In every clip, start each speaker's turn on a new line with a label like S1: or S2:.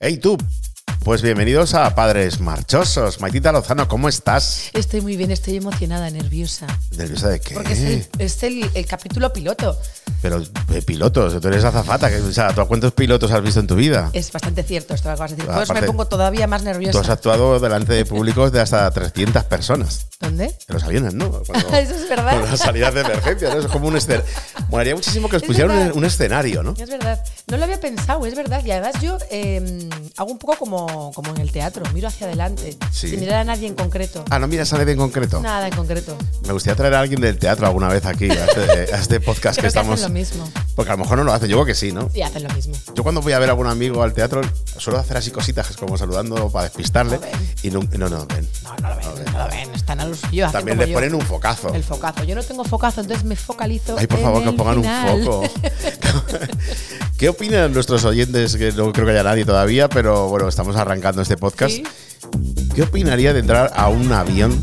S1: Hey tú, pues bienvenidos a Padres Marchosos. Maitita Lozano, ¿cómo estás?
S2: Estoy muy bien, estoy emocionada, nerviosa.
S1: ¿Nerviosa de qué?
S2: Porque es, el, es el- el capítulo piloto.
S1: Pero de pilotos, tú eres azafata, que, o sea, ¿tú a cuántos pilotos has visto en tu vida?
S2: Es bastante cierto esto que acabas de decir. Pues
S1: Aparte-
S2: me pongo todavía más
S1: Ah, Tú has
S2: nerviosa.
S1: actuado delante de públicos de hasta 300 personas.
S2: ¿Dónde?
S1: En los aviones, ¿no? Cuando-
S2: Eso es verdad.
S1: Con las salidas de emergencia, ¿no? Es como un escenario. Molaría muchísimo que os
S2: Es
S1: pusieran
S2: verdad.
S1: un, un escenario, ¿no?
S2: Es verdad. No lo había pensado, es verdad. Y además yo eh, hago un poco como, como en el teatro. Miro hacia adelante.
S1: Sí.
S2: Sin mirar a nadie en concreto.
S1: Ah, no, mira, sale bien concreto.
S2: Nada en concreto.
S1: Me gustaría traer a alguien del teatro alguna vez aquí, a este, a este podcast
S2: Creo
S1: que
S2: que hacen
S1: estamos.
S2: lo mismo.
S1: Porque a lo mejor no lo hace, yo creo que sí, ¿no?
S2: Y hacen lo mismo.
S1: Yo cuando voy a ver a algún amigo al teatro suelo hacer así cositas, como saludando para despistarle.
S2: No ven.
S1: Y no, no, no, ven.
S2: No, no lo ven, no lo ven. Están a los yo. hacen
S1: También
S2: Ah, como
S1: les
S2: yo.
S1: ponen un focazo.
S2: El focazo. Yo no tengo focazo, entonces me focalizo.
S1: Ay, por
S2: en
S1: favor, que
S2: el
S1: os pongan
S2: final.
S1: un foco. ¿Qué opinan nuestros oyentes? Que no creo que haya nadie todavía, pero bueno, estamos arrancando este podcast.
S2: Sí.
S1: ¿Qué opinaría de entrar a un avión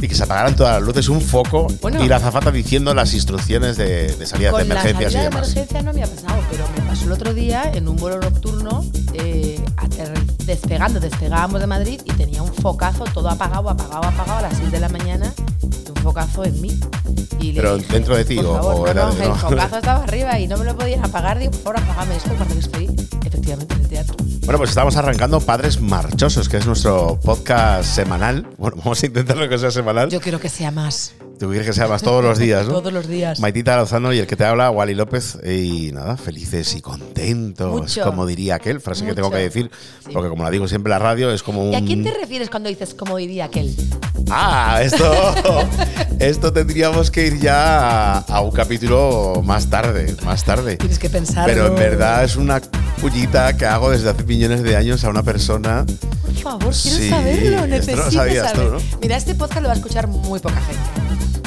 S1: y que se apagaran todas las luces, un foco
S2: Bueno.
S1: y la azafata diciendo las instrucciones de, de salidas de
S2: Con la
S1: emergencias
S2: salida
S1: y
S2: de
S1: demás?
S2: emergencia no me ha pasado, pero me pasó el otro día en un vuelo nocturno, eh, ater- despegando, despegábamos de Madrid y tenía un focazo todo apagado, apagado, apagado a las 6 de la mañana, y un focazo en mí. Y le
S1: Pero
S2: dije,
S1: dentro de ti,
S2: por
S1: o-
S2: favor,
S1: o
S2: no,
S1: era
S2: no,
S1: de-
S2: el
S1: no.
S2: focazo estaba arriba y no me lo podían apagar, digo, por favor, apagame esto porque estoy efectivamente en el teatro.
S1: Bueno, pues estamos arrancando Padres Marchosos, que es nuestro podcast semanal. Bueno, vamos a intentarlo que sea semanal.
S2: Yo quiero que sea más,
S1: Tú quieres que sea más todos los días, ¿no?
S2: todos los días.
S1: Maitita Lozano y el que te habla, Wally López. Y nada, felices y contentos,
S2: Mucho.
S1: como diría aquel, frase que tengo
S2: Mucho.
S1: que decir,
S2: Sí.
S1: porque como la digo siempre, la radio es como un...
S2: ¿Y a quién te refieres cuando dices como diría aquel?
S1: Ah, esto, esto tendríamos que ir ya a, a un capítulo más tarde, más tarde.
S2: Tienes que pensar.
S1: Pero en verdad es una cullita que hago desde hace millones de años a una persona.
S2: Por favor, quiero
S1: Sí, esto no
S2: saberlo,
S1: lo
S2: necesito
S1: sabías tú,
S2: saber.
S1: ¿no?
S2: Mira, este podcast lo va a escuchar muy poca gente.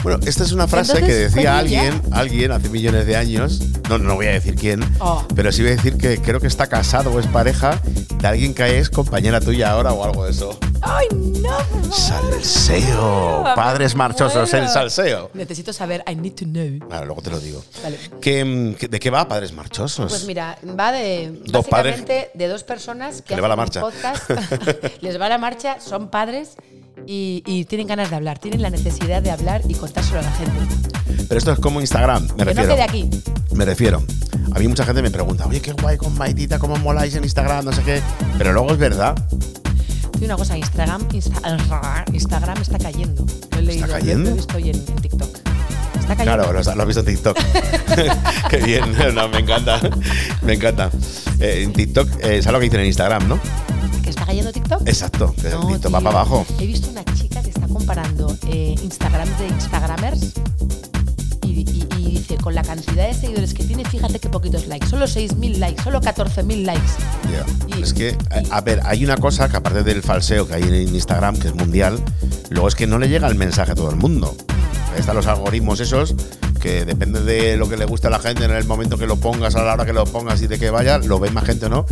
S1: Bueno, esta es una frase
S2: Pues Entonces,
S1: que decía
S2: ¿cuál era?
S1: alguien, alguien hace millones de años. No, no voy a decir quién,
S2: Oh.
S1: pero sí voy a decir que creo que está casado o es pareja de alguien que es compañera tuya ahora o algo de eso.
S2: ¡Ay, no! por favor!
S1: Salseo,
S2: Ah,
S1: padres marchosos,
S2: bueno.
S1: el salseo.
S2: Necesito saber, I need to know.
S1: Ahora, luego te lo digo.
S2: Vale.
S1: ¿Qué, mm, qué- ¿De qué va Padres Marchosos?
S2: Pues mira, va de
S1: Dos
S2: básicamente de dos personas que
S1: Le va la
S2: hacen un
S1: marcha.
S2: podcast, les va la marcha, son padres y, y tienen ganas de hablar, tienen la necesidad de hablar y contárselo a la gente.
S1: Pero esto es como Instagram, me
S2: que
S1: refiero.
S2: no quede aquí.
S1: Me refiero. A mí mucha gente me pregunta, oye, qué guay con Maitita, cómo moláis en Instagram, no sé qué. Pero luego es verdad,
S2: Tiene una cosa, Instagram, Insta- Instagram está cayendo. Lo he leído, lo he
S1: cayendo?
S2: visto hoy en, en TikTok. Está cayendo.
S1: Claro, lo, has- lo has visto en TikTok. Qué bien, no, me encanta. Me encanta. Eh, en TikTok, eh, ¿sabes lo que dicen en Instagram, no?
S2: ¿Que está cayendo TikTok?
S1: Exacto, que
S2: No,
S1: TikTok va
S2: tío.
S1: para abajo.
S2: He visto una chica que está comparando eh, Instagram de Instagramers y, y- y dice, con la cantidad de seguidores que tiene, fíjate qué poquitos likes. Solo 6.000 likes, solo 14.000 likes.
S1: Ya.
S2: Y-
S1: es que, eh, a- a ver, hay una cosa que aparte del falseo que hay en Instagram, que es mundial, luego es que no le llega el mensaje a todo el mundo. Están los algoritmos esos, que depende de lo que le gusta a la gente en el momento que lo pongas, a la hora que lo pongas y de que vaya, lo ve más gente o no.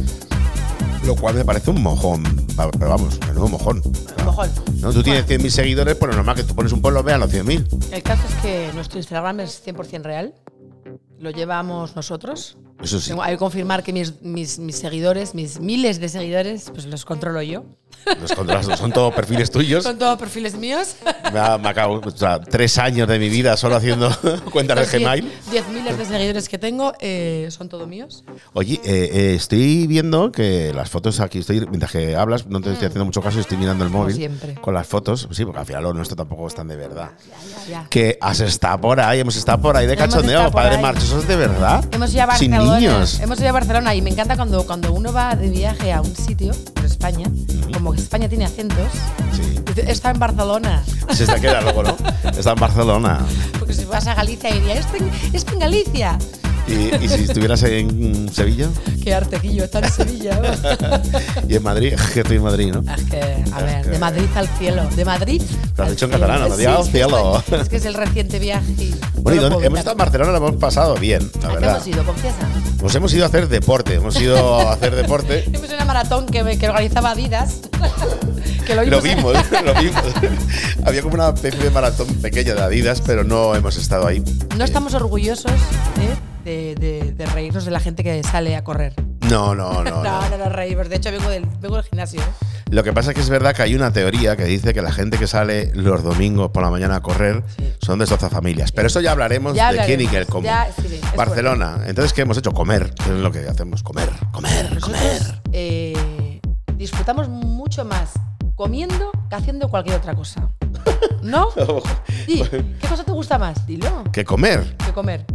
S1: Lo cual me parece un mojón. Va- Pero vamos, menudo mojón.
S2: mojón.
S1: No, tú tienes
S2: Bueno.
S1: 100.000 seguidores, pues lo normal que tú pones un pueblo, vean los 100.000.
S2: El caso es que nuestro Instagram es 100% real. Lo llevamos nosotros.
S1: Eso sí,
S2: Tengo hay que confirmar que mis, mis- mis seguidores, mis miles de seguidores, pues los controlo yo.
S1: los contratos son todos perfiles tuyos.
S2: Son todos perfiles míos.
S1: Me ha, me ha acabado, o sea, tres años de mi vida solo haciendo cuentas de Gmail.
S2: 10 miles de seguidores que tengo eh, son todos míos.
S1: Oye, eh, eh, estoy viendo que las fotos aquí estoy, mientras que hablas, no te estoy haciendo mucho caso, estoy mirando el
S2: Mm. Como
S1: móvil
S2: siempre.
S1: con las fotos. Sí, porque al final lo nuestro tampoco es tan de verdad.
S2: Ya.
S1: Que has estado por ahí, hemos estado por ahí de
S2: Hemos
S1: cachondeo,
S2: estado por
S1: padre
S2: ahí.
S1: marchosos de verdad.
S2: Hemos ido a
S1: Sin
S2: Barcelona.
S1: niños.
S2: Hemos ido a Barcelona y me encanta cuando, cuando uno va de viaje a un sitio, por España, como que España tiene acentos,
S1: Sí.
S2: dice, está en Barcelona.
S1: Se está queda luego, ¿no? Está en Barcelona.
S2: Porque si vas a Galicia diría, es en, es en Galicia.
S1: Y, y si estuvieras en Sevilla
S2: Qué artequillo, está en Sevilla.
S1: y en Madrid, que estoy en Madrid, ¿no?
S2: Es que, a ver,
S1: que-
S2: de Madrid al cielo. De Madrid.
S1: Lo has
S2: al
S1: dicho en
S2: cielo.
S1: catalán, Madrid
S2: Sí,
S1: al
S2: es que
S1: cielo.
S2: estoy- Es que es el reciente viaje.
S1: Bueno, ¿y
S2: y no lo
S1: dónde-
S2: puedo
S1: hemos estado en Barcelona, lo hemos pasado bien, la
S2: evitar. ¿A qué
S1: verdad.
S2: hemos ido? Confiesa.
S1: Nos hemos ido a hacer deporte, hemos ido a hacer deporte.
S2: Hemos ido a una maratón que, que organizaba Adidas. que lo,
S1: Lo
S2: vimos en-
S1: vimos, lo vimos. Había como una especie de maratón pequeña de Adidas, pero no hemos estado ahí.
S2: No estamos orgullosos ¿eh? de, de- de reírnos de la gente que sale a correr.
S1: No, no, no.
S2: No,
S1: no.
S2: no, no, reímos. De hecho, vengo del, vengo del gimnasio. ¿eh?
S1: Lo que pasa es que es verdad que hay una teoría que dice que la gente que sale los domingos por la mañana a correr
S2: Sí.
S1: son familias. Pero eso ya hablaremos
S2: Ya
S1: Pues de quién y
S2: hablaremos.
S1: qué el cómo.
S2: Ya, sí, sí, es
S1: Barcelona. Entonces, ¿qué hemos hecho? Comer. Es lo que hacemos. Comer, comer, comer.
S2: Nosotros eh, disfrutamos mucho más comiendo que haciendo cualquier otra cosa. ¿No? Di, ¿Qué cosa te gusta más? Dilo.
S1: ¿Qué comer?
S2: Que comer.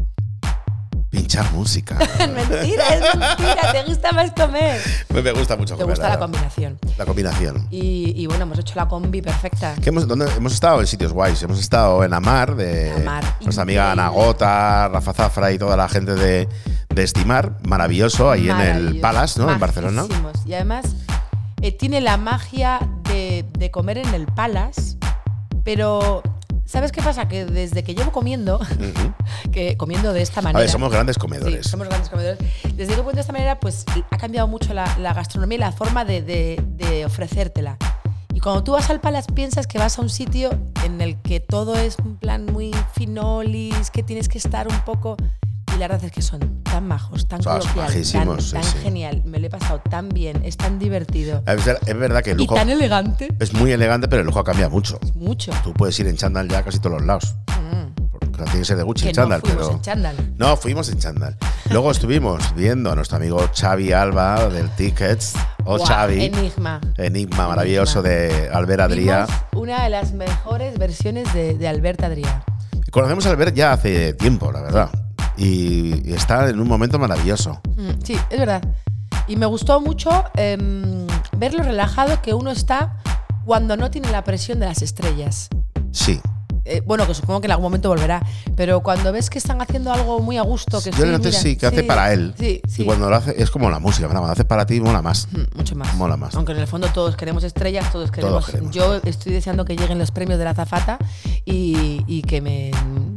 S1: Pinchar música.
S2: mentira, es mentira. Te gusta más comer.
S1: Me me gusta mucho
S2: Te
S1: comer.
S2: gusta la
S1: verdad.
S2: combinación.
S1: La combinación.
S2: Y, y bueno, hemos hecho la combi perfecta.
S1: ¿Qué hemos, dónde hemos estado? En sitios guays. Hemos estado en Amar, de
S2: Amar,
S1: nuestra
S2: increíble.
S1: amiga Ana Gota, Rafa Zafra y toda la gente de, de Estimar. Maravilloso, ahí en el
S2: Maravilloso.
S1: Palace, ¿no? En Barcelona.
S2: Majísimos. Y además eh, tiene la magia de, de comer en el Palace, pero ¿sabes qué pasa? Que desde que llevo comiendo,
S1: Ujú.
S2: que comiendo de esta
S1: A
S2: manera...
S1: ver, somos grandes
S2: Sí,
S1: comedores.
S2: somos grandes comedores. Desde que cuento de esta manera, pues ha cambiado mucho la, la gastronomía y la forma de, de- de ofrecértela. Y cuando tú vas al Palace piensas que vas a un sitio en el que todo es un plan muy finolis, que tienes que estar un poco... Y la verdad es que son tan majos, tan
S1: Ah, Son
S2: coloquial, tan,
S1: majísimos, sí,
S2: tan
S1: sí.
S2: genial. Me lo he pasado tan bien, es tan divertido
S1: Es ver- es verdad que el
S2: y
S1: lujo
S2: tan elegante.
S1: es muy elegante, pero el lujo cambia mucho.
S2: Mucho.
S1: Tú puedes ir en chándal ya a casi todos los lados.
S2: Mm.
S1: Porque tiene que ser de Gucci
S2: Que
S1: en chándal,
S2: no fuimos
S1: pero.
S2: en chándal.
S1: No, fuimos en chándal. Luego estuvimos viendo a nuestro amigo Xavi Alba del Tickets. O
S2: Buah,
S1: Oh, Xavi.
S2: Enigma.
S1: Enigma maravilloso de Albert Adrià.
S2: Vimos una de las mejores versiones de, de Albert Adrià.
S1: Conocemos a Albert ya hace tiempo, la verdad. Y y está en un momento maravilloso.
S2: Mm, Sí, es verdad. Y me gustó mucho em, ver lo relajado que uno está cuando no tiene la presión de las estrellas.
S1: Sí.
S2: Eh, bueno, que supongo que en algún momento volverá, pero cuando ves que están haciendo algo muy a gusto, que
S1: Yo le noté
S2: mira,
S1: sí que hace para él.
S2: Sí, sí.
S1: Y cuando lo hace, es como la música, ¿verdad? Cuando hace para ti, mola más.
S2: Mm, Mucho más.
S1: Mola más.
S2: Aunque en el fondo todos queremos estrellas, todos queremos.
S1: queremos.
S2: Yo estoy deseando que lleguen los premios de la zafata y, y que me.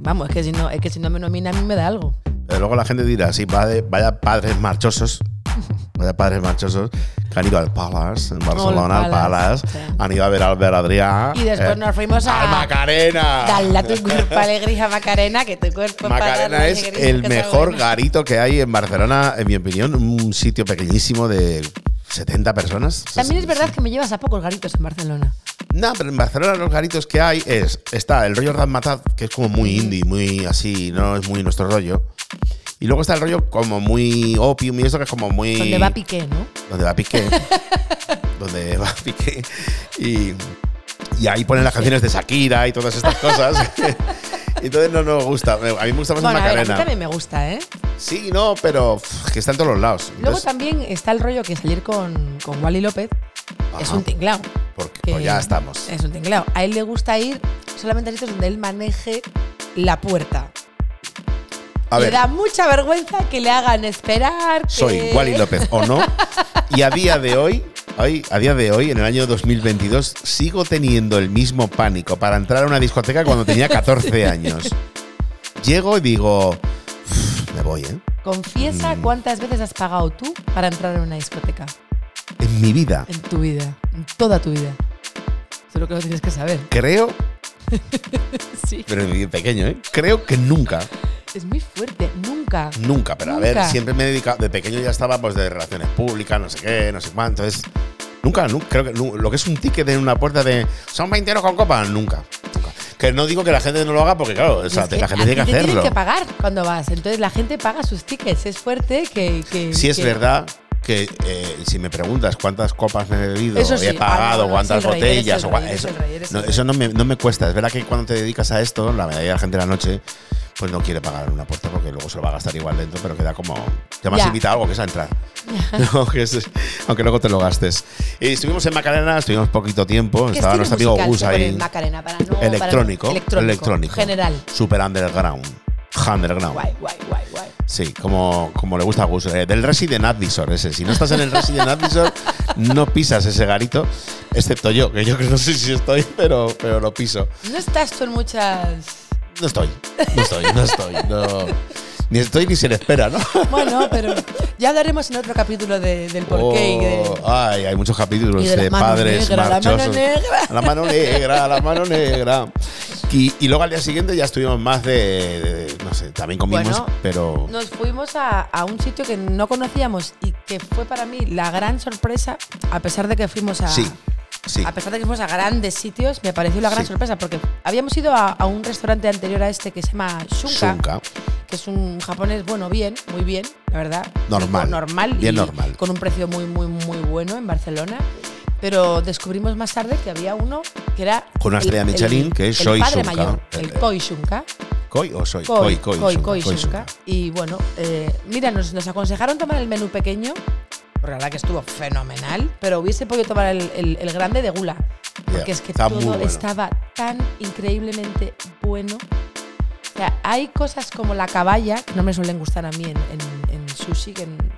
S2: Vamos, es que, si no, es que si no me nomina, a mí me da algo.
S1: Pero luego la gente dirá, sí, vaya, vaya padres marchosos. Vaya padres marchosos que han ido al Palace, en Barcelona,
S2: Al
S1: al Palace.
S2: Palace, sí.
S1: Han ido a ver a Albert Adrià.
S2: Y después
S1: eh,
S2: nos fuimos a-
S1: ¡Al Macarena!
S2: Dale a tu cuerpo alegría, Macarena, que tu cuerpo. para
S1: Macarena
S2: darle
S1: es
S2: alegría,
S1: el
S2: que está
S1: mejor
S2: bueno.
S1: garito que hay en Barcelona, en mi opinión. Un sitio pequeñísimo de 70 personas.
S2: También es verdad que me llevas a pocos garitos en Barcelona.
S1: No, pero en Barcelona los garitos que hay es. Está el rollo Razmataz, que es como
S2: Mm.
S1: muy indie, muy así, no es muy nuestro rollo. Y luego está el rollo como muy opium y eso que es como muy.
S2: Donde va Piqué, ¿no?
S1: donde va Piqué. donde va Piqué. Y, y ahí ponen las canciones de Shakira y todas estas cosas. Entonces no nos gusta. A mí me gusta más
S2: Bueno,
S1: el
S2: a ver, a mí
S1: Pues Macarena.
S2: también me gusta, ¿eh?
S1: sí, no, pero pff, que está en todos los lados.
S2: Luego
S1: Entonces,
S2: también está el rollo que salir con, con Wally López es
S1: Ajá.
S2: un tinglao.
S1: porque-
S2: que-
S1: pues ya estamos.
S2: Es un tinglao. A él le gusta ir solamente a sitios donde él maneje la puerta.
S1: A
S2: le
S1: ver,
S2: da mucha vergüenza que le hagan esperar. que-
S1: soy Wally López o no. Y a día de hoy, hoy, a día de hoy, en el año 2022, sigo teniendo el mismo pánico para entrar a una discoteca cuando tenía 14 años. Llego y digo, "Uf, me voy, ¿eh?
S2: Confiesa cuántas veces has pagado tú para entrar en una discoteca.
S1: En mi vida.
S2: En tu vida. En toda tu vida. Eso es lo que lo tienes que saber.
S1: Creo,
S2: Sí.
S1: pero en pequeño, ¿eh? Creo que nunca,
S2: Es muy fuerte. Nunca.
S1: nunca, pero a
S2: Nunca.
S1: ver, siempre me he dedicado, de pequeño ya estaba pues de relaciones públicas, no sé qué, no sé cuánto, es... Nunca, nu- creo que nu- lo que es un ticket en una puerta de son 20 euros con copa, nunca, nunca. Que no digo que la gente no lo haga porque, claro, o sea,
S2: Es que
S1: la gente
S2: a
S1: tiene que
S2: ti te
S1: hacerlo.
S2: Tienen que pagar cuando vas. Entonces la gente paga sus tickets. Es fuerte que. que
S1: Si es
S2: que-
S1: verdad que eh, si me preguntas cuántas copas me he bebido,
S2: Eso sí.
S1: he pagado,
S2: Ah, no, no,
S1: cuántas
S2: eres el rey, eres
S1: botellas,
S2: el
S1: o cua-
S2: rey, eres
S1: eso,
S2: el rey, eres
S1: no,
S2: el
S1: eso
S2: rey.
S1: no, me, no me cuesta. Es verdad que cuando te dedicas a esto, la mayoría de la gente de la noche, pues no quiere pagar en una puerta porque luego se lo va a gastar igual dentro, pero queda como. Ya me has
S2: Ya.
S1: invitado a algo que es a entrar. No, que es- aunque luego te lo gastes. Y estuvimos en Macarena, estuvimos poquito tiempo,
S2: ¿Qué
S1: estaba
S2: estilo
S1: nuestro amigo
S2: musical
S1: Gus
S2: se pone en
S1: ahí.
S2: Macarena para no- para-
S1: Electrónico,
S2: electrónico. General.
S1: Super underground. Underground.
S2: Guay, guay, guay, guay.
S1: Sí, como, como le gusta a Gus. eh, del Resident Advisor ese. Si no estás en el Resident Advisor, no pisas ese garito, excepto yo, que yo que no sé si estoy, pero, pero lo piso.
S2: No estás tú en muchas.
S1: No estoy, no estoy, no estoy. no. Ni estoy ni se le espera, ¿no?
S2: Bueno, pero ya hablaremos en otro capítulo de- del porqué y de.
S1: Oh, ay, hay muchos capítulos
S2: y
S1: de,
S2: de la mano
S1: Oh, padres
S2: negra, la mano
S1: marchosos.
S2: negra.
S1: La mano negra, la mano negra. Y, y luego al día siguiente ya estuvimos más de, de- no sé, también comimos,
S2: Bueno,
S1: pero
S2: Nos fuimos a, a un sitio que no conocíamos y que fue para mí la gran sorpresa, a pesar de que fuimos a.
S1: sí, sí.
S2: A pesar de que fuimos a grandes sitios, me pareció la gran
S1: Sí.
S2: sorpresa porque habíamos ido a, a un restaurante anterior a este que se llama Shunka,
S1: Shunka.
S2: que es un japonés, bueno, bien, muy bien, la verdad.
S1: Normal,
S2: Normal.
S1: bien
S2: y
S1: normal.
S2: Con un precio muy, muy, muy bueno en Barcelona. Pero descubrimos más tarde que había uno que era.
S1: Con una
S2: el-
S1: estrella
S2: el-
S1: Michelin, que es
S2: el
S1: Soy
S2: padre
S1: Shunka.
S2: mayor,
S1: Eh,
S2: el
S1: eh.
S2: Koi Shunka.
S1: ¿Koi o soy?
S2: Koi,
S1: Koi,
S2: Koi,
S1: Shunka,
S2: Koi,
S1: Koi
S2: Shunka.
S1: Shunka.
S2: Y bueno, eh, mira, nos, nos aconsejaron tomar el menú pequeño, porque la verdad que estuvo fenomenal, pero hubiese podido tomar el, el- el grande de gula, porque es que
S1: está
S2: todo
S1: muy bueno.
S2: estaba tan increíblemente bueno. O sea, hay cosas como la caballa, que no me suelen gustar a mí en, en- en sushi, que en-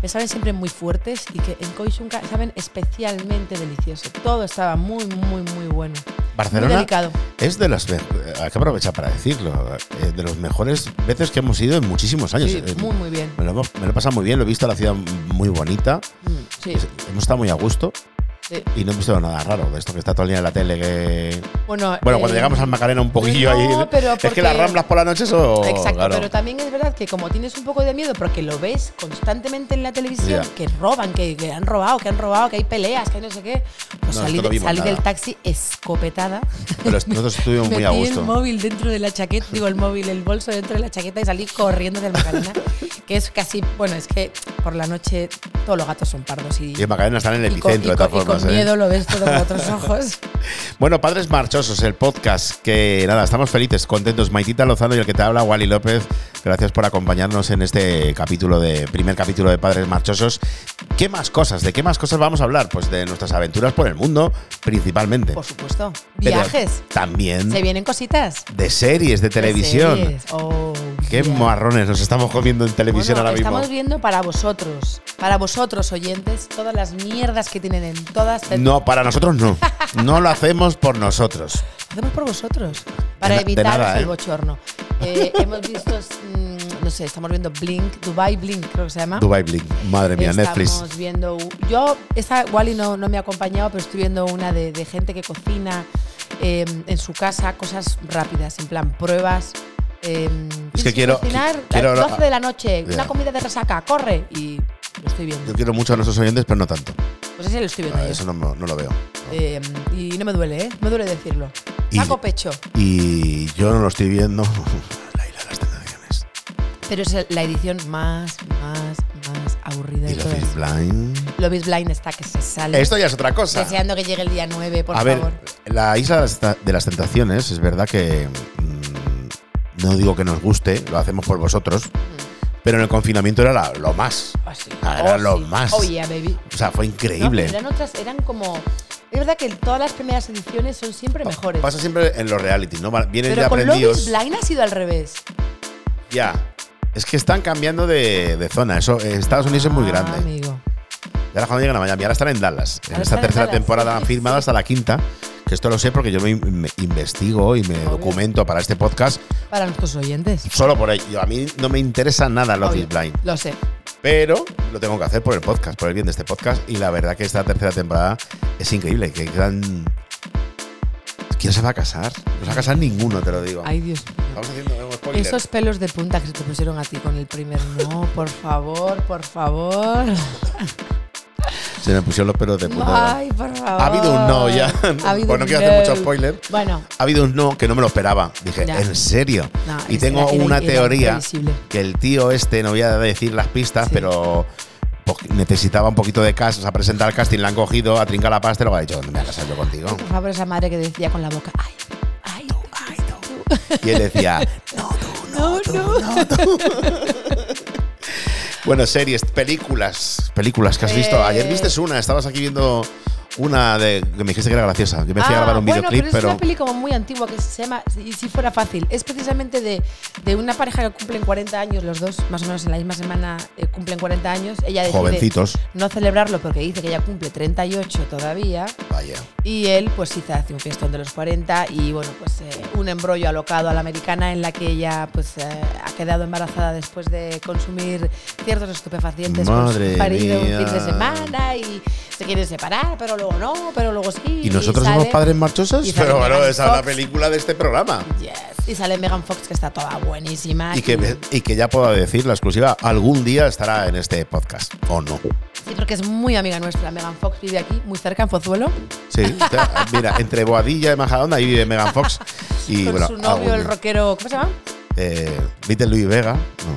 S2: me saben siempre muy fuertes y que en Koishunka saben especialmente delicioso. Todo estaba muy, muy, muy bueno. Muy
S1: Barcelona
S2: delicado.
S1: es de las, ve- hay que aprovechar para decirlo, eh, de los mejores veces que hemos ido en muchísimos años.
S2: Sí,
S1: Eh,
S2: muy, muy bien.
S1: Me lo, hemos- me lo he pasado muy bien, lo he visto la ciudad muy bonita,
S2: Mm, Sí,
S1: es- hemos estado muy a gusto
S2: sí.
S1: y no he visto nada raro de esto que está todo el día en la tele. Que...
S2: Bueno,
S1: Bueno, cuando
S2: eh,
S1: llegamos al Macarena un poquillo
S2: no,
S1: ahí.
S2: pero
S1: Es
S2: porque-
S1: que las ramblas por la noche eso.
S2: Exacto,
S1: claro.
S2: pero también es verdad que como tienes un poco de miedo porque lo ves constantemente en la televisión,
S1: Ya.
S2: que roban, que, que han robado, que han robado, que hay peleas, que hay no sé qué, pues
S1: No,
S2: salí,
S1: esto no
S2: de-
S1: vimos
S2: salí
S1: nada.
S2: del taxi escopetada,
S1: Pero nosotros estuvimos muy
S2: metí
S1: a
S2: el
S1: gusto.
S2: móvil dentro de la chaqueta, digo el móvil, el bolso dentro de la chaqueta y salí corriendo del Macarena, que es casi, bueno, es que por la noche todos los gatos son pardos y...
S1: Y en Macarena están en el
S2: y con-
S1: epicentro, de
S2: y con,
S1: todas
S2: y con
S1: formas. ¿eh?
S2: miedo lo ves todo con otros ojos.
S1: Bueno, Padres Marchosos, el podcast que nada, estamos felices, contentos. Maitita Lozano y el que te habla, Wally López. Gracias por acompañarnos en este capítulo de primer capítulo de Padres Marchosos. ¿Qué más cosas? ¿De qué más cosas vamos a hablar? Pues de nuestras aventuras por el mundo, principalmente.
S2: Por supuesto.
S1: Pero Mm.
S2: Viajes.
S1: También
S2: Se vienen cositas.
S1: de series, de televisión.
S2: De series. Oh,
S1: Qué
S2: yeah.
S1: marrones nos estamos comiendo en televisión
S2: Bueno,
S1: ahora mismo.
S2: Estamos viendo para vosotros, para vosotros oyentes, todas las mierdas que tienen en todas.
S1: No, para nosotros no. No lo hacemos por nosotros.
S2: Lo hacemos por vosotros, para
S1: na- de
S2: evitaros
S1: nada,
S2: el
S1: ¿eh?
S2: bochorno. Eh, hemos visto, mm, no sé, estamos viendo Blink, Dubai Blink creo que se llama.
S1: Dubai Blink, madre mía,
S2: Ah. Estamos
S1: Netflix.
S2: viendo. Yo, esta Wally no, no me ha acompañado, pero estoy viendo una de, de gente que cocina eh, en su casa cosas rápidas, en plan pruebas. eh,
S1: Es que
S2: tienes
S1: quiero-
S2: Cocinar
S1: quiero-
S2: a las 12 de la noche,
S1: Ya.
S2: una comida de resaca, corre. Y lo estoy viendo.
S1: Yo quiero mucho a nuestros oyentes, pero no tanto.
S2: Pues ese lo estoy viendo
S1: Ah,
S2: yo.
S1: Eso no, me- no lo veo.
S2: Eh, y no me duele, ¿eh? Me duele decirlo.
S1: Y-
S2: Saco pecho.
S1: Y yo no lo estoy viendo. La isla de las tentaciones.
S2: Pero es la edición más, más, más aburrida
S1: Y
S2: de
S1: los Is
S2: todas.
S1: Blind.
S2: Lobby Blind está que se sale.
S1: Esto ya es otra cosa.
S2: Deseando que llegue el día 9, por
S1: a ver,
S2: favor.
S1: la isla de las ta- de las tentaciones es verdad que mm, no digo que nos guste, lo hacemos por vosotros,
S2: Mm.
S1: pero en el confinamiento era la- lo más.
S2: Ah, sí.
S1: Ah, era
S2: Oh,
S1: lo
S2: sí.
S1: más.
S2: Oh, yeah, baby.
S1: O sea, fue
S2: No, pero
S1: increíble.
S2: eran otras, eran como. Es verdad que todas las primeras ediciones son siempre mejores.
S1: Oh, Pasa siempre en los reality, ¿no? Va- Vienen
S2: pero
S1: ya
S2: con Lobby
S1: aprendidos.
S2: Blind ha sido al revés.
S1: Ya. Es que están cambiando de, de zona. Eso, eh, Estados Unidos es muy
S2: Ah,
S1: grande.
S2: Amigo.
S1: Y ahora cuando llegan a Miami, ahora están en Dallas. En esta
S2: Ahora están en
S1: tercera
S2: Dallas,
S1: temporada
S2: sí,
S1: han firmado
S2: sí.
S1: hasta la quinta. Que esto lo sé porque yo me, me investigo y me
S2: Obvio.
S1: documento para este podcast.
S2: Para nuestros oyentes.
S1: Solo por ello. A mí no me interesa nada Love
S2: Obvio.
S1: is Blind.
S2: Lo sé.
S1: Pero lo tengo que hacer por el podcast, por el bien de este podcast. Y la verdad que esta tercera temporada es increíble. Que quedan. ¿Quién se va a casar? No se va a casar ninguno, te lo digo.
S2: Ay, Dios mío.
S1: Vamos haciendo un spoiler.
S2: Esos pelos de punta que se te pusieron a ti con el primer no, por favor, por favor.
S1: Se me pusieron los pelos de punta.
S2: Ay, por favor.
S1: Ha habido un no ya.
S2: Ha habido
S1: Pues no
S2: un
S1: quiero hacer mucho
S2: no.
S1: spoiler.
S2: Bueno,
S1: ha habido un no que no me lo esperaba. Dije,
S2: Ya.
S1: ¿en serio?
S2: No,
S1: y
S2: es-
S1: tengo
S2: era- era-
S1: una
S2: era
S1: teoría
S2: imprevisible.
S1: que el tío este, no voy a decir las pistas,
S2: Sí.
S1: pero pues, necesitaba un poquito de casas a presentar el casting, la han cogido, a trincar la pasta y luego ha dicho, no me voy a casar yo contigo.
S2: por favor, esa madre que decía con la boca, ay, ay, tú, ay, tú.
S1: Y él decía, no, tú, no,
S2: No,
S1: tú,
S2: no.
S1: no, tú". Bueno, series, películas, películas que has visto.
S2: Eh.
S1: Ayer viste una, estabas aquí viendo una de que me dijiste que era graciosa, que me hacía grabar un
S2: Ah, bueno,
S1: videoclip,
S2: pero es
S1: pero,
S2: una peli como muy antigua que se llama Y si fuera fácil. Es precisamente de, de una pareja que cumplen 40 años, los dos, más o menos en la misma semana eh, cumplen 40 años. Ella decide
S1: jovencitos.
S2: no celebrarlo porque dice que ella cumple 38 todavía.
S1: Vaya.
S2: Y él, pues sí, hace un fiestón de los 40 y bueno, pues eh, un embrollo alocado a la americana en la que ella pues eh, ha quedado embarazada después de consumir ciertos estupefacientes con su
S1: Madre
S2: marido un fin
S1: mía.
S2: de semana y se quieren separar, pero luego no, pero luego sí.
S1: Y nosotros
S2: sale-
S1: somos padres marchosos,
S2: y sale
S1: pero bueno,
S2: Megan
S1: esa es la
S2: Fox.
S1: película de este programa.
S2: Yes. Y sale Megan Fox, que está toda buenísima.
S1: Y que, y que ya pueda decir la exclusiva, algún día estará en este podcast, o no.
S2: Sí, porque es muy amiga nuestra. Megan Fox vive aquí, muy cerca, en Pozuelo.
S1: Sí, te- mira, entre Boadilla y Majadonda ahí vive Megan Fox. Y
S2: con
S1: bueno,
S2: su novio,
S1: algún
S2: el
S1: día.
S2: rockero. ¿Cómo se llama?
S1: Eh, ¿Viste Luis Vega?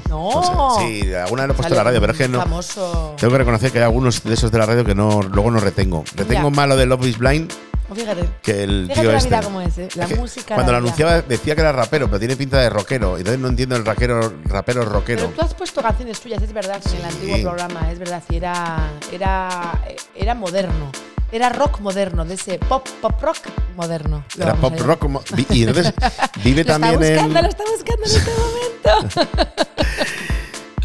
S2: No.
S1: sé. Sí, alguna vez lo he puesto en
S2: Sale
S1: la radio, pero es que
S2: un
S1: no.
S2: Famoso.
S1: Tengo que reconocer que hay algunos de esos de la radio que no, luego no retengo. Retengo
S2: Ya.
S1: más lo de Love is Blind
S2: Oh, Fíjate.
S1: que el
S2: Fíjate
S1: tío
S2: la
S1: este.
S2: vida como es, ¿eh? La
S1: Es que
S2: música.
S1: Cuando
S2: la
S1: lo
S2: vida.
S1: anunciaba decía que era rapero, pero tiene pinta de rockero. Entonces no entiendo el raquero, rapero rockero.
S2: Pero tú has puesto canciones tuyas, es verdad, en el
S1: Sí.
S2: antiguo programa, es verdad, sí, era, era, era moderno. Era rock moderno, de ese pop, pop rock moderno. Lo
S1: Era
S2: vamos
S1: pop
S2: a
S1: rock. como- vi- y entonces vive
S2: Lo está
S1: también
S2: buscando, lo
S1: en.
S2: está buscando en este momento.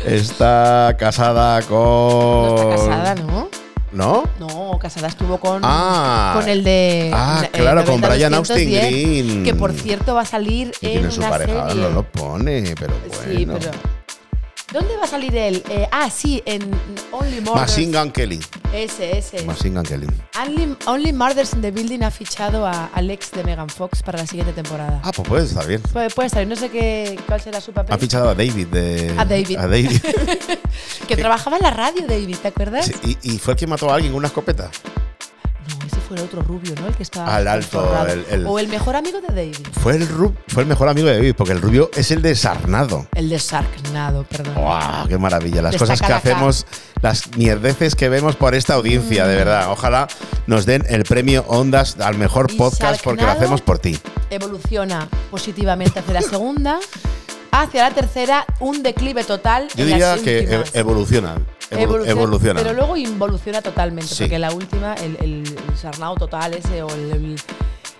S1: Está casada con.
S2: No está casada, ¿no?
S1: ¿No?
S2: No, casada estuvo con,
S1: Ah.
S2: con el de.
S1: Ah,
S2: eh,
S1: claro, con
S2: 90,
S1: Brian Austin
S2: 210,
S1: Green.
S2: Que por cierto va a salir
S1: Y
S2: en
S1: tiene su
S2: una
S1: pareja,
S2: serie.
S1: no lo pone, pero bueno.
S2: Sí, pero. ¿Dónde va a salir él? Eh, ah, sí, en Only Murders.
S1: Machine Gun Kelly.
S2: Ese, ese. ese.
S1: Machine Gun Kelly.
S2: Only, Only Murders in the Building ha fichado a Alex de Megan Fox para la siguiente temporada.
S1: Ah, pues puede estar bien.
S2: Puede, puede salir, no sé qué, cuál será su papel.
S1: Ha fichado a David de.
S2: A David.
S1: a David.
S2: que trabajaba en la radio, David, ¿te acuerdas?
S1: Sí, y, y fue el que mató a alguien con una escopeta.
S2: No, ese fue el otro rubio, ¿no? El que estaba.
S1: Al alto,
S2: forrado.
S1: el- el-
S2: O el mejor amigo de David.
S1: Fue el, ru- fue el mejor amigo de David, porque el rubio es el de Sarnado.
S2: El de Sarknado, perdón.
S1: ¡Wow! ¡Qué maravilla! Las
S2: Destaca
S1: cosas que
S2: la cara.
S1: hacemos, las mierdeces que vemos por esta audiencia,
S2: Mm.
S1: de verdad. Ojalá nos den el premio Ondas al mejor
S2: Y
S1: podcast porque lo
S2: Sarnado.
S1: hacemos por ti.
S2: Evoluciona positivamente hacia la segunda. Hacia la tercera, un declive total.
S1: Yo
S2: en
S1: diría
S2: las
S1: que
S2: últimas.
S1: ev- evolucionan. evolu-
S2: Evoluciona,
S1: evolucionan.
S2: Pero luego involuciona totalmente,
S1: Sí.
S2: porque la última, el, el, el sarnado total ese, o el, el-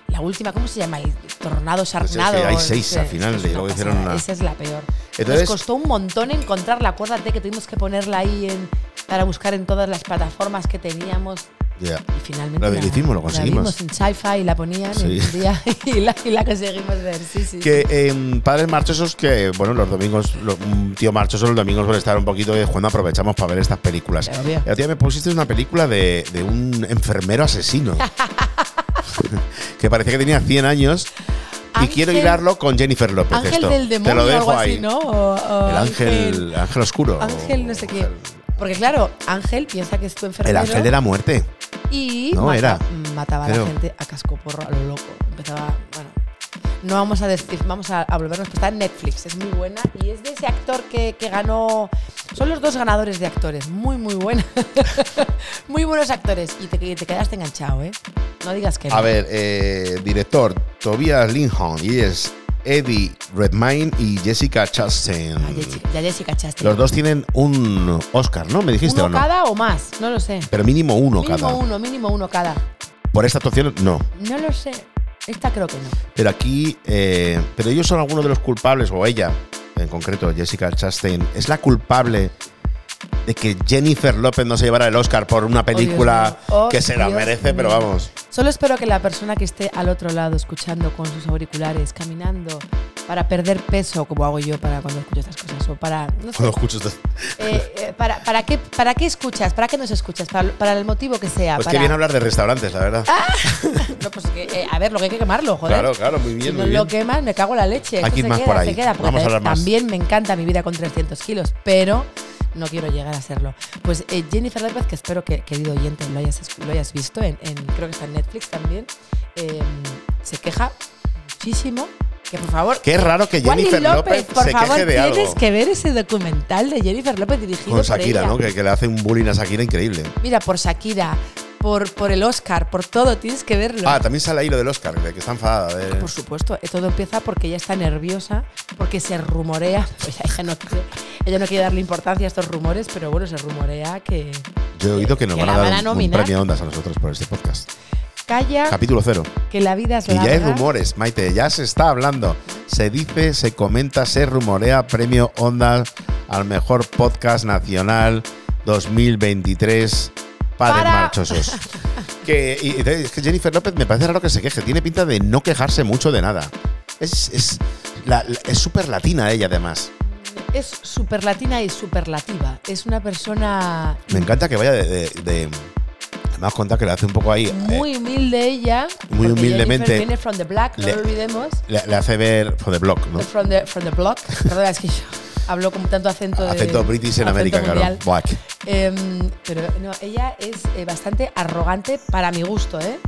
S2: la última, ¿cómo se llama? El tornado
S1: Pues es que
S2: sarnado.
S1: hay
S2: o
S1: seis
S2: ese.
S1: al final,
S2: Es una
S1: y luego hicieron
S2: pasada,
S1: una-
S2: Esa es la peor.
S1: Entonces-
S2: Nos costó un montón encontrarla, acuérdate que tuvimos que ponerla ahí en, para buscar en todas las plataformas que teníamos.
S1: Ya.
S2: Y finalmente
S1: Lo
S2: la-
S1: hicimos, lo conseguimos.
S2: La vimos en sci-fi y la ponían
S1: Sí.
S2: en un día y la, y la conseguimos ver. Sí, sí.
S1: Que em, padres marchosos que, bueno, los domingos, lo- un tío marchoso los domingos suele estar un poquito de cuando aprovechamos para ver estas películas.
S2: Claro, bien.
S1: El otro día me pusiste una película de, de un enfermero asesino. que parecía que tenía 100 años. Y
S2: Ángel-
S1: quiero hilarlo con Jennifer López.
S2: Ángel
S1: esto.
S2: del demonio,
S1: Te lo dejo
S2: algo
S1: ahí.
S2: así, ¿no? O- o
S1: El ángel, ángel oscuro.
S2: Ángel, no sé qué.
S1: Ángel-
S2: Porque claro, Ángel piensa que es tu enfermero.
S1: El ángel de la muerte.
S2: Y
S1: No,
S2: mata-
S1: era.
S2: mataba a
S1: Creo.
S2: la gente a cascoporro, a lo loco. Empezaba, bueno. No vamos a decir, vamos a, a volvernos, pero está en Netflix, es muy buena. Y es de ese actor que, que ganó. Son los dos ganadores de actores, muy, muy buena. muy buenos actores. Y te, y te quedaste enganchado, ¿eh? No digas que no.
S1: A ver, eh, director Tobias Lindholm y es Eddie Redmayne y Jessica Chastain.
S2: Ya Ah, Jessica- Ya Jessica Chastain.
S1: Los dos tienen un Oscar, ¿no? ¿Me dijiste
S2: ¿Uno
S1: o no?
S2: cada o más? No lo sé.
S1: Pero mínimo uno
S2: mínimo
S1: cada.
S2: uno, mínimo uno cada.
S1: Por esta actuación, no.
S2: No lo sé. Esta creo que no.
S1: Pero aquí, eh, pero ellos son algunos de los culpables, o ella, en concreto, Jessica Chastain, es la culpable de que Jennifer López no se llevara el Oscar por una película
S2: Dios mío. Oh,
S1: que se la
S2: Dios
S1: merece, pero
S2: mío.
S1: vamos.
S2: Solo espero que la persona que esté al otro lado escuchando con sus auriculares, caminando, para perder peso, como hago yo para cuando escucho estas cosas, o para... No sé,
S1: Cuando escucho esto-
S2: eh, eh, para, para, qué, ¿Para qué escuchas? ¿Para qué nos escuchas? Para, para el motivo que sea.
S1: Pues
S2: para,
S1: que bien hablar de restaurantes, la verdad.
S2: No, pues que, eh, a ver, lo que hay que quemarlo, joder.
S1: claro, claro, muy bien.
S2: si no
S1: muy
S2: lo
S1: bien.
S2: quemas, me cago en la leche. Esto
S1: Aquí
S2: se
S1: más
S2: queda,
S1: por ahí.
S2: Se queda, porque
S1: Vamos a hablar más.
S2: También me encanta mi vida con 300 kilos, pero no quiero llegar a serlo. Pues eh, Jennifer López, que espero que, querido oyente, lo hayas, escu- lo hayas visto, en, en- creo que está en Netflix también, eh, se queja muchísimo. Que por favor.
S1: Qué raro que
S2: Wally
S1: Jennifer López,
S2: por
S1: se
S2: favor,
S1: queje de
S2: tienes
S1: algo.
S2: que ver ese documental de Jennifer López dirigido
S1: Con
S2: por
S1: Shakira,
S2: ella.
S1: ¿no? Que, que le hace un bullying a Shakira increíble.
S2: Mira, por Shakira, por, por el Oscar, por todo, tienes que verlo.
S1: Ah, también sale ahí lo del Oscar, de que está enfadada. de-
S2: Por supuesto, eh, todo empieza porque ella está nerviosa, porque se rumorea, ella, ella no quiere, ella no quiere darle importancia a estos rumores, pero bueno, se rumorea que
S1: Yo he oído que nos
S2: que
S1: van a
S2: la
S1: dar
S2: van a
S1: un- un,
S2: nominar.
S1: premio Ondas a nosotros por este podcast.
S2: calla,
S1: Capítulo cero.
S2: que la vida es
S1: Que
S2: larga.
S1: ya hay rumores, Maite, ya se está hablando. Se dice, se comenta, se rumorea premio Ondas al mejor podcast nacional 2023 Padres
S2: Para.
S1: Marchosos. que, y- y es que Jennifer López me parece raro que se queje, tiene pinta de no quejarse mucho de nada. Es es la- la- es súper latina ella además.
S2: Es súper latina y superlativa. Es una persona
S1: Me encanta que vaya de, de- de- Me has contado que le hace un poco ahí. eh,
S2: Muy humilde ella.
S1: Muy
S2: porque
S1: humildemente.
S2: Jennifer Viene from the black, no
S1: Le-
S2: lo olvidemos.
S1: le, le hace ver for the block, ¿no?
S2: From, the, from the block. Perdona, es que yo hablo con tanto acento. de-
S1: Acento british en
S2: acento
S1: América, claro.
S2: mundial.
S1: Buah, que-
S2: Em, pero no, ella es eh, bastante arrogante para mi gusto, ¿eh?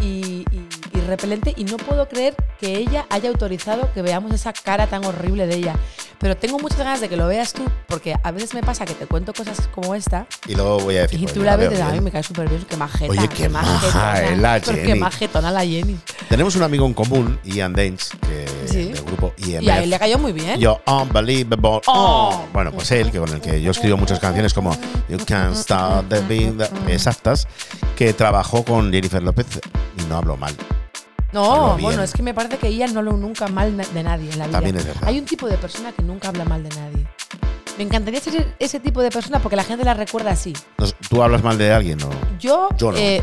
S2: Y, y- y repelente. Y no puedo creer que ella haya autorizado que veamos esa cara tan horrible de ella. Pero tengo muchas ganas de que lo veas tú, porque a veces me pasa que te cuento cosas como esta
S1: Y luego voy a decir.
S2: y
S1: pues,
S2: tú
S1: mira,
S2: la ves y
S1: veo
S2: dices, ay,
S1: bien.
S2: me cae súper bien, qué majeta.
S1: Oye, qué maja
S2: majetona,
S1: es la
S2: pero
S1: Jenny".
S2: Qué majetona la Jenny.
S1: Tenemos un amigo en común, Ian Danes, que
S2: Sí.
S1: del grupo IMF.
S2: Y a él le cayó muy bien.
S1: Yo, unbelievable.
S2: Oh.
S1: Bueno, pues él, que con el que yo escribo muchas canciones como You Can't Stop the Beat, exactas, que trabajó con Jennifer López y no hablo mal. habló
S2: no,
S1: bien.
S2: bueno, es que me parece que ella no habló nunca mal na- de nadie en la vida.
S1: También es verdad.
S2: Hay un tipo de persona que nunca habla mal de nadie. Me encantaría ser ese- ese tipo de persona porque la gente la recuerda así.
S1: No sé, ¿Tú hablas mal de alguien o
S2: Yo,
S1: Yo no.
S2: eh,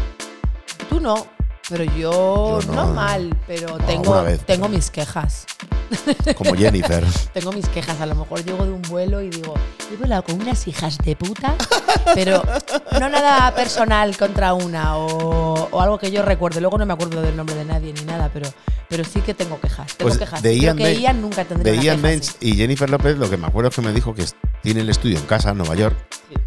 S2: tú no, pero yo,
S1: Yo no.
S2: no. mal, pero
S1: Bueno,
S2: tengo,
S1: alguna vez,
S2: tengo
S1: pero-
S2: mis quejas.
S1: como Jennifer?
S2: tengo mis quejas. A lo mejor llego de un vuelo y digo, he volado con unas hijas de puta, pero no nada personal contra una o, o algo que yo recuerde. Luego no me acuerdo del nombre de nadie ni nada, pero, pero sí que tengo quejas. Tengo
S1: Pues
S2: quejas.
S1: de
S2: Creo
S1: Ian
S2: que
S1: Dan-
S2: Ian nunca tendría
S1: De
S2: una
S1: Ian
S2: queja
S1: Danes
S2: así.
S1: y Jennifer López, lo que me acuerdo es que me dijo que tiene el estudio en casa, en Nueva York,
S2: Sí.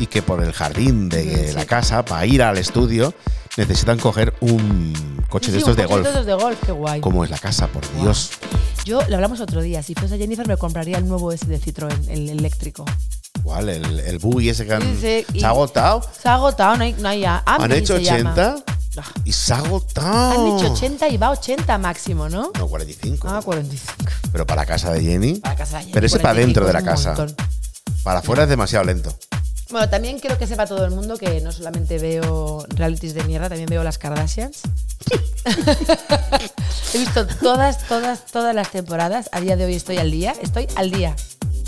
S1: y que por el jardín de
S2: Sí.
S1: la casa, para ir al estudio, necesitan coger un coche
S2: Sí,
S1: de
S2: sí,
S1: estos
S2: un
S1: de
S2: coche
S1: golf.
S2: estos de golf, qué guay.
S1: ¿Cómo es la casa? Por
S2: Guau.
S1: Dios.
S2: Yo lo hablamos otro día. Si fuese Jennifer, me compraría el nuevo ese de Citroën, el eléctrico.
S1: ¿Cuál? El, el buggy ese que han,
S2: Sí, sí, y-
S1: se ha agotado.
S2: Se ha agotado, no hay, no hay ya.
S1: ¿Han
S2: Ambi
S1: hecho Ah.
S2: se llama.
S1: 80?
S2: Ah,
S1: Y se ha agotado.
S2: Han dicho 80 y va 80 máximo, ¿no?
S1: No, 45.
S2: Ah, 45.
S1: Pero para la casa de Jenny,
S2: Para casa de Jenny,
S1: Pero ese para
S2: 40 y
S1: dentro
S2: pico
S1: de la
S2: es un
S1: casa.
S2: montón.
S1: para afuera es demasiado lento.
S2: Bueno, también quiero que sepa todo el mundo que no solamente veo realities de mierda, también veo las Kardashians. He visto todas, todas, todas las temporadas. A día de hoy estoy al día. Estoy al día.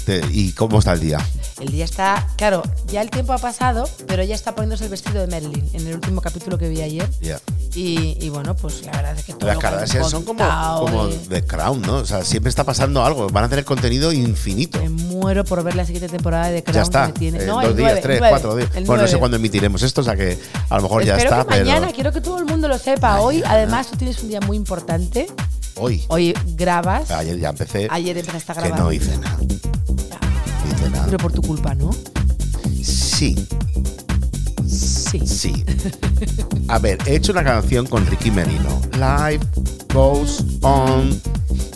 S1: Te- ¿Y cómo está el día?
S2: El día está, claro, ya el tiempo ha pasado, pero ella está poniéndose el vestido de Marilyn en el último capítulo que vi ayer.
S1: Ya.
S2: Y, y bueno, pues la verdad es que todo
S1: Las
S2: lo que han
S1: Kardashian son como,
S2: contado,
S1: como
S2: eh,
S1: The Crown, ¿no? O sea, siempre está pasando algo. Van a tener contenido infinito.
S2: Me muero por ver la siguiente temporada de The Crown.
S1: Ya
S2: que
S1: está.
S2: me tiene-
S1: Eh,
S2: No, el
S1: dos días,
S2: nueve, el
S1: tres,
S2: nueve,
S1: cuatro días.
S2: el
S1: Bueno, no sé
S2: nueve.
S1: cuándo emitiremos esto, o sea que a lo mejor Oh, ya
S2: Espero
S1: está,
S2: que mañana,
S1: pero
S2: quiero que todo el mundo lo sepa. Hoy,
S1: Mañana.
S2: además, tú tienes un día muy importante.
S1: hoy.
S2: Hoy grabas.
S1: Ayer ya empecé.
S2: Ayer empezaste a
S1: que
S2: grabar.
S1: no hice nada.
S2: Ya.
S1: No hice nada.
S2: Pero por tu culpa, ¿no?
S1: Sí,
S2: Sí.
S1: Sí. A ver, he hecho una canción con Ricky Merino. Life goes on.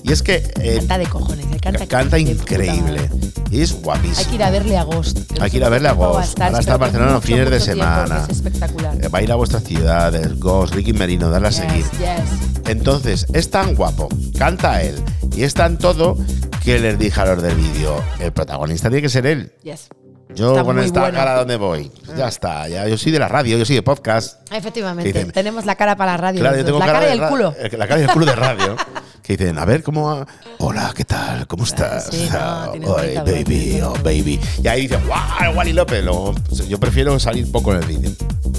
S1: Y es que eh,
S2: Canta de cojones. él
S1: ca-
S2: Canta,
S1: canta
S2: de puta
S1: increíble.
S2: madre.
S1: Y es
S2: Hay que
S1: guapísimo.
S2: ir a verle a Ghost.
S1: Hay que ir a verle a
S2: No va
S1: Ghost.
S2: estar,
S1: Ahora
S2: espero
S1: está en
S2: que
S1: Barcelona los
S2: mucho,
S1: fines de
S2: mucho tiempo, que
S1: semana.
S2: Es espectacular.
S1: Eh, Va a ir a vuestras ciudades, Ghost, Ricky Merino, dale a
S2: Yes,
S1: seguir.
S2: yes.
S1: Entonces, es tan guapo, canta él, y es tan todo que les dije a los del vídeo, el protagonista tiene que ser él.
S2: Yes.
S1: Yo
S2: Está
S1: con
S2: muy
S1: esta
S2: bueno.
S1: cara, ¿dónde voy? Ya está, ya, yo soy de la radio, yo soy de podcast.
S2: Efectivamente.
S1: Que dicen-
S2: tenemos la cara para la radio.
S1: Claro, yo
S2: los
S1: tengo
S2: dos. la cara, y
S1: de
S2: el
S1: ra-
S2: culo.
S1: eh, La cara y el culo de radio. que dicen, a ver, ¿cómo va? Hola, ¿qué tal? ¿Cómo estás?
S2: sí, no,
S1: Ah,
S2: tienes
S1: oh,
S2: bonita
S1: baby,
S2: voz.
S1: oh, baby. Y ahí dicen, ¡guau, Wally López! Luego, pues, yo prefiero salir poco en el vídeo.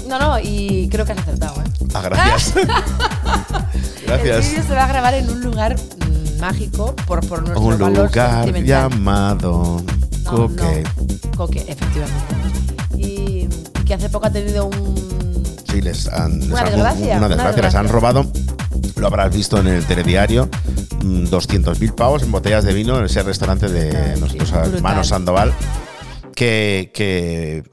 S2: No, no, y creo que has acertado, ¿eh?
S1: Ah, gracias.
S2: El vídeo
S1: gracias.
S2: se va a grabar en un lugar mm, mágico por, por nuestro
S1: Un
S2: valor
S1: lugar
S2: sentimental. Oh,
S1: llamado
S2: No,
S1: Coque.
S2: no, Coque, efectivamente. Y, y que hace poco ha tenido un...
S1: Sí, les han, les
S2: Una
S1: han-
S2: desgracia,
S1: una desgracia,
S2: una
S1: les
S2: desgracia.
S1: han robado. Lo habrás visto en el telediario. mm, 200.000 pavos en botellas de vino en ese restaurante de
S2: Ah, sí,
S1: nuestros
S2: brutal.
S1: hermanos Sandoval. Que, que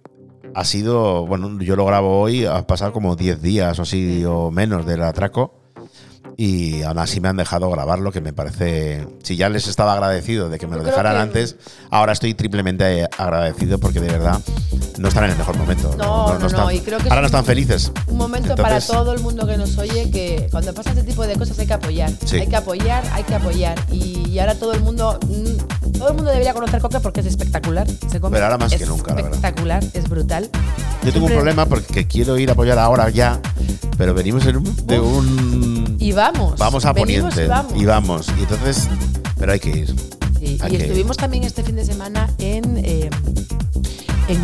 S1: ha sido, bueno, yo lo grabo hoy, ha pasado como 10 días o así o menos del atraco. Y aún así me han dejado grabarlo, que me parece. Si ya les estaba agradecido de que me
S2: Yo
S1: lo
S2: creo
S1: dejaran
S2: que-
S1: antes, ahora estoy triplemente agradecido porque de verdad no están en el mejor momento.
S2: No, no, no,
S1: están-
S2: y creo que es
S1: ahora no
S2: un-
S1: están felices.
S2: Un momento
S1: Entonces-
S2: para todo el mundo que nos oye que cuando pasa este tipo de cosas hay que apoyar.
S1: Sí.
S2: Hay que apoyar, hay que apoyar. Y, y ahora todo el mundo... mm, Todo el mundo debería conocer Coque porque es espectacular. Se come.
S1: Pero ahora más que nunca, la verdad.
S2: Espectacular, es brutal.
S1: Yo tengo un
S2: Siempre-
S1: problema porque quiero ir a apoyar ahora ya, pero venimos en un- de
S2: Uf.
S1: un.
S2: Y vamos.
S1: vamos a
S2: venimos
S1: Poniente.
S2: Y vamos.
S1: Y vamos. Y entonces. Pero hay que ir.
S2: Sí,
S1: Hay
S2: y
S1: que-
S2: estuvimos también este fin de semana en, eh, en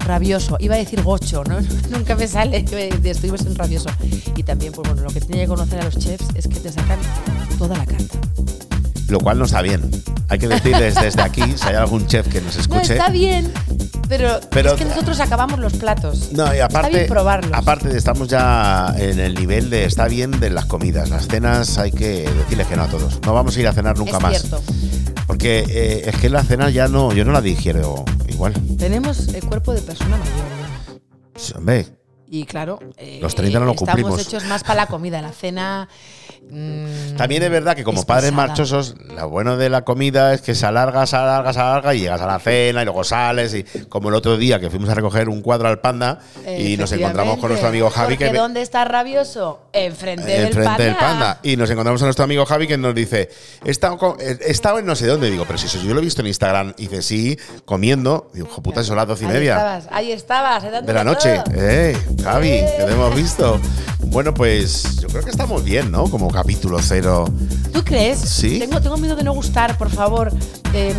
S2: Rabioso. Iba a decir Gocho, ¿no? Nunca me sale. Estuvimos en Rabioso. Y también, pues bueno, lo que tiene que conocer a los chefs es que te sacan toda la carta.
S1: Lo cual no está bien. Hay que decirles desde aquí, si hay algún chef que nos
S2: No,
S1: escuche,
S2: está bien. Pero,
S1: Pero-
S2: es que nosotros acabamos los platos.
S1: No, y aparte,
S2: bien probarlos.
S1: aparte de- estamos ya en el nivel de está bien de las comidas. Las cenas hay que decirles que no a todos. No vamos a ir a cenar nunca
S2: es
S1: más.
S2: cierto.
S1: Porque eh, es que la cena ya no, yo no la digiero igual.
S2: Tenemos el cuerpo de persona mayor. ¿no?
S1: Hombre,
S2: Y claro, eh,
S1: Los 30 no lo
S2: estamos
S1: cumplimos.
S2: hechos más para la comida, la cena. mm,
S1: También es verdad que como
S2: es
S1: padres
S2: pesada.
S1: marchosos, lo bueno de la comida es que se alarga, se alarga, se alarga y llegas a la cena y luego sales. Y como el otro día que fuimos a recoger un cuadro al panda y nos encontramos con nuestro amigo Javi
S2: Porque
S1: que me-
S2: ¿Dónde está rabioso? Eh, Enfrente,
S1: enfrente
S2: del
S1: del
S2: panda.
S1: panda. Y nos encontramos a nuestro amigo Javi que nos dice, he estado, co- eh, he estado en no sé dónde. Digo, pero si eso yo lo he visto en Instagram. Y dice, sí, comiendo. Digo, "Jo, puta, son las doce y
S2: ahí
S1: media
S2: Estabas, ahí estabas. eh, dándolo
S1: de la noche.
S2: todo.
S1: ¡Eh, Javi!
S2: Eh.
S1: Que te hemos visto. Bueno, pues yo creo que estamos bien, ¿no? Como capítulo cero.
S2: ¿Tú crees?
S1: Sí.
S2: Tengo, tengo miedo de no gustar, por favor. Eh,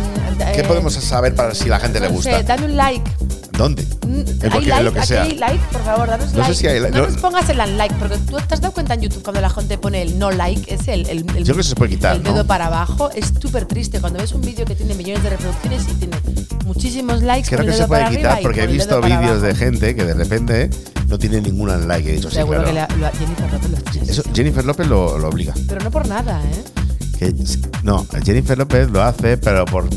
S1: ¿Qué
S2: eh,
S1: podemos saber para si la gente le
S2: no
S1: gusta?
S2: sé, dame un like.
S1: ¿Dónde?
S2: Mm,
S1: Eh,
S2: ¿Hay
S1: porque
S2: like?
S1: lo que
S2: ¿Aquí
S1: sea.
S2: hay like? Por favor, danos
S1: No sé
S2: like.
S1: si hay like,
S2: No
S1: no-
S2: nos pongas el unlike, porque tú te has dado cuenta en YouTube cuando la gente pone el no like, es el, el, el-
S1: Yo creo que se puede quitar,
S2: el dedo
S1: ¿no?
S2: para abajo. Es súper triste cuando ves un vídeo que tiene millones de reproducciones y tiene muchísimos likes.
S1: Creo
S2: pon el
S1: que se
S2: dedo
S1: puede
S2: para arriba
S1: quitar
S2: y
S1: porque he
S2: pon el
S1: visto
S2: dedo para
S1: vídeos de
S2: abajo.
S1: gente que de repente no tiene ningún like. He dicho, sí,
S2: Seguro
S1: claro.
S2: que la, lo, Jennifer López lo tiene,
S1: Eso
S2: seguro.
S1: Jennifer López lo, lo obliga.
S2: Pero no por nada, ¿eh?
S1: Que- no, Jennifer López lo hace, pero por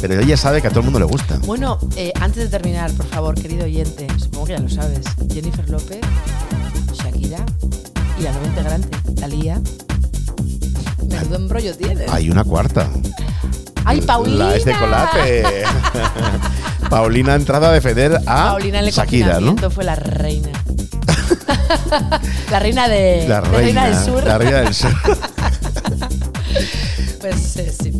S1: pero ella sabe que a todo el mundo le gusta.
S2: Bueno, eh, antes de terminar, por favor, querido oyente, supongo que ya lo sabes, Jennifer López, Shakira y la nueva integrante, Talía. Menudo embrollo tienes.
S1: Hay una cuarta.
S2: ¡Ay, Paulina!
S1: La es de este Ah, colate. Paulina ha entrado a defender a
S2: Paulina en el
S1: Shakira, ¿no?
S2: confinamiento fue la reina. la reina de
S1: La reina,
S2: del sur.
S1: La reina del sur.
S2: Pues eh, sí,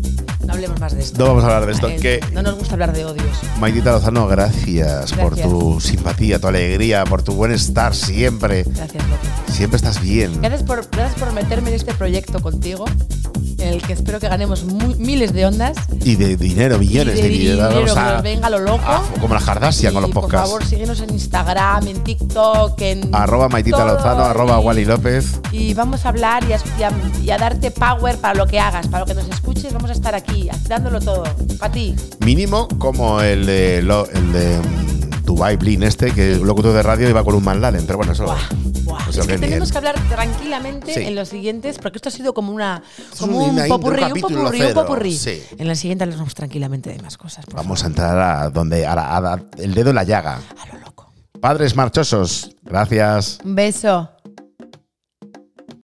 S2: no hablemos más de esto.
S1: No vamos a hablar de esto,
S2: Eh,
S1: que-
S2: No nos gusta hablar de odios.
S1: Maitita Lozano, gracias, por
S2: Gracias.
S1: tu simpatía, tu alegría, por tu buen estar siempre.
S2: Gracias, López.
S1: Siempre estás bien.
S2: Gracias por, gracias por meterme en este proyecto contigo, en el que espero que ganemos mu- miles de ondas.
S1: Y de dinero, millones
S2: Y
S1: de,
S2: de
S1: millones. Vamos
S2: dinero, que nos venga lo loco.
S1: como la jardasia con
S2: Y,
S1: los
S2: Por
S1: podcasts.
S2: favor, síguenos en Instagram, en TikTok, en.
S1: Arroba Maitita
S2: todo.
S1: Lozano, arroba Wally López.
S2: Y vamos a hablar y a, y a- y a darte power para lo que hagas, para lo que nos escuches. Vamos a estar aquí, dándolo todo. Para ti.
S1: Mínimo como el de, lo- el de mm, Dubai Blin este, que el locutor de radio iba con un Manlalen. Pero bueno, eso...
S2: Buah, buah.
S1: no se
S2: Es que
S1: ve Pues bien.
S2: tenemos que hablar tranquilamente
S1: Sí.
S2: en los siguientes, porque esto ha sido como una
S1: Es
S2: como
S1: un
S2: un,
S1: intro,
S2: popurrí, un
S1: capítulo
S2: popurrí, un
S1: cero,
S2: popurrí.
S1: sí.
S2: En la siguiente hablamos tranquilamente de más cosas. por
S1: Vamos a entrar a donde... a la- a la- el dedo en la llaga.
S2: favor. A lo loco.
S1: Padres marchosos, gracias.
S2: Un beso.